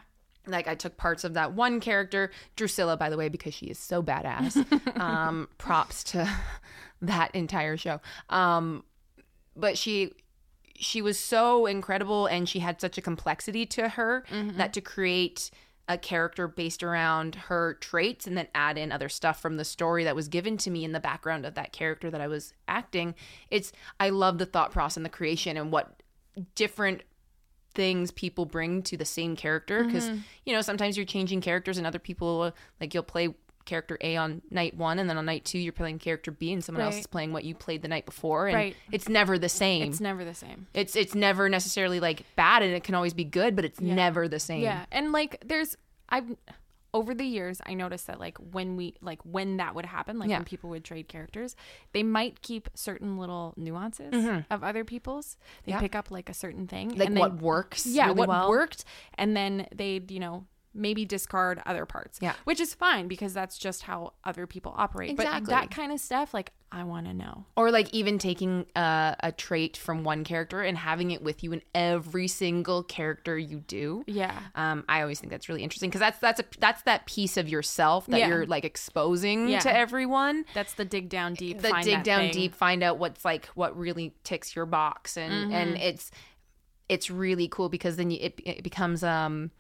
S2: like I took parts of that one character, Drusilla, by the way, because she is so badass. um, props to that entire show. Um, but she
S1: Mm-hmm.
S2: she was so incredible, and she had such a complexity to her that to create a character based around her traits and then add in other stuff from the story that was given to me in the background of that character that I was acting. It's I love the thought process and the creation and what different things people bring to the same character because
S1: Mm-hmm.
S2: you know sometimes you're changing characters and other people like you'll play character A on night 1 and then on night 2 you're playing character B and someone else
S1: Right.
S2: is playing what you played the night before and
S1: Right.
S2: it's never the same.
S1: It's never the same.
S2: It's it's never necessarily like bad and it can always be good, but it's never the same.
S1: Yeah. And like there's I've over the years I noticed that like when we like when that would happen, like
S2: Yeah.
S1: when people would trade characters, they might keep certain little nuances of other people's. They
S2: Mm-hmm. Yeah.
S1: pick up like a certain thing.
S2: Like
S1: and they-
S2: what works.
S1: Yeah,
S2: really
S1: what
S2: well.
S1: worked and then they'd, you know, maybe discard other parts.
S2: Yeah.
S1: Which is fine because that's just how other people operate. But that
S2: Exactly.
S1: kind of stuff, like I wanna know.
S2: Or like even taking a, a trait from one character and having it with you in every single character you do.
S1: Yeah.
S2: Um, I always think that's really interesting because that's that's a that's that piece of yourself that
S1: Yeah.
S2: you're like exposing
S1: Yeah.
S2: to everyone.
S1: That's the dig down deep.
S2: The
S1: find
S2: dig
S1: that
S2: down
S1: thing.
S2: deep, find out what's like what really ticks your box, and
S1: Mm-hmm.
S2: and it's it's really cool because then you, it it becomes um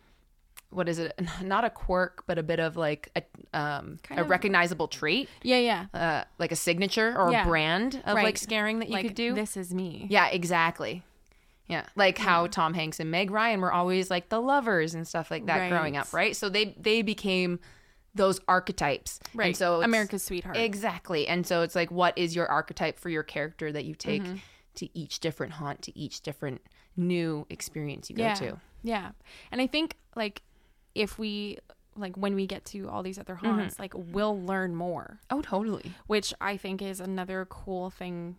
S2: what is it not a quirk but a bit of like a um
S1: Kind
S2: a
S1: of-
S2: recognizable trait
S1: Yeah, yeah.
S2: uh, like a signature or
S1: Yeah.
S2: a brand of
S1: Right.
S2: like scaring that you
S1: like
S2: could do.
S1: this is me.
S2: yeah, exactly. Yeah, like how Tom Hanks and Meg Ryan were always like the lovers and stuff like that growing
S1: Right.
S2: up, right? So they they became those archetypes,
S1: Right.
S2: And so it's-
S1: America's sweetheart.
S2: exactly. And so it's like, what is your archetype for your character that you take
S1: Mm-hmm.
S2: to each different haunt, to each different new experience you go
S1: yeah.
S2: to?
S1: Yeah. And I think like if we like when we get to all these other haunts, like we'll learn more,
S2: Oh, totally.
S1: which I think is another cool thing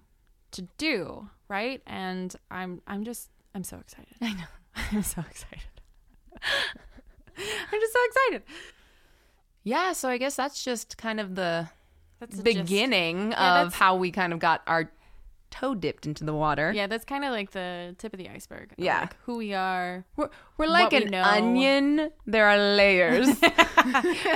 S1: to do, right? And I'm I'm just I'm so excited. I know. I'm so excited. I'm just so excited.
S2: Yeah. So I guess that's just kind of the
S1: That's the gist.
S2: beginning
S1: Yeah,
S2: of
S1: that's-
S2: how we kind of got our toe dipped into the water.
S1: Yeah, that's kind of like the tip of the iceberg. of,
S2: Yeah.
S1: like, who we are.
S2: We're, we're like
S1: we
S2: an
S1: know.
S2: onion. There are layers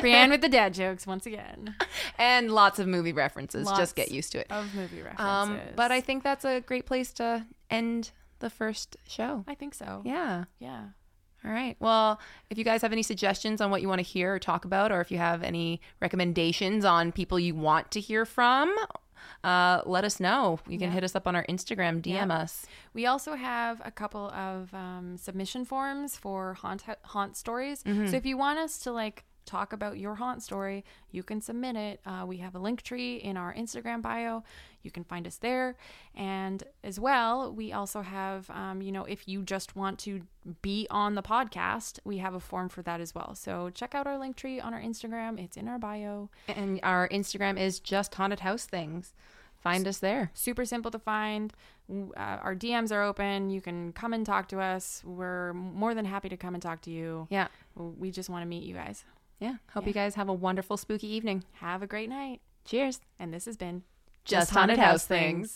S1: Brienne with the dad jokes once again
S2: and lots of movie references.
S1: Lots.
S2: Just get used to it.
S1: of movie references.
S2: Um, but I think that's a great place to end the first show.
S1: I think so.
S2: Yeah.
S1: Yeah.
S2: All right. Well, if you guys have any suggestions on what you want to hear or talk about, or if you have any recommendations on people you want to hear from, uh, let us know. You can hit us up on our Instagram, DM us.
S1: We also have a couple of um, submission forms for haunt haunt stories. So if you want us to like talk about your haunt story, you can submit it. Uh, we have a link tree in our Instagram bio. You can find us there, and as well, we also have um, you know if you just want to be on the podcast, we have a form for that as well. So check out our link tree on our Instagram. It's in our bio.
S2: And our Instagram is just haunted house things. Find us there.
S1: super simple to find. W- Uh, our DMs are open. You can come and talk to us. We're more than happy to come and talk to you.
S2: Yeah.
S1: We just want to meet you guys.
S2: Yeah. Hope you guys have a wonderful spooky evening.
S1: Have a great night.
S2: Cheers.
S1: And this has been
S2: Just Haunted House Things.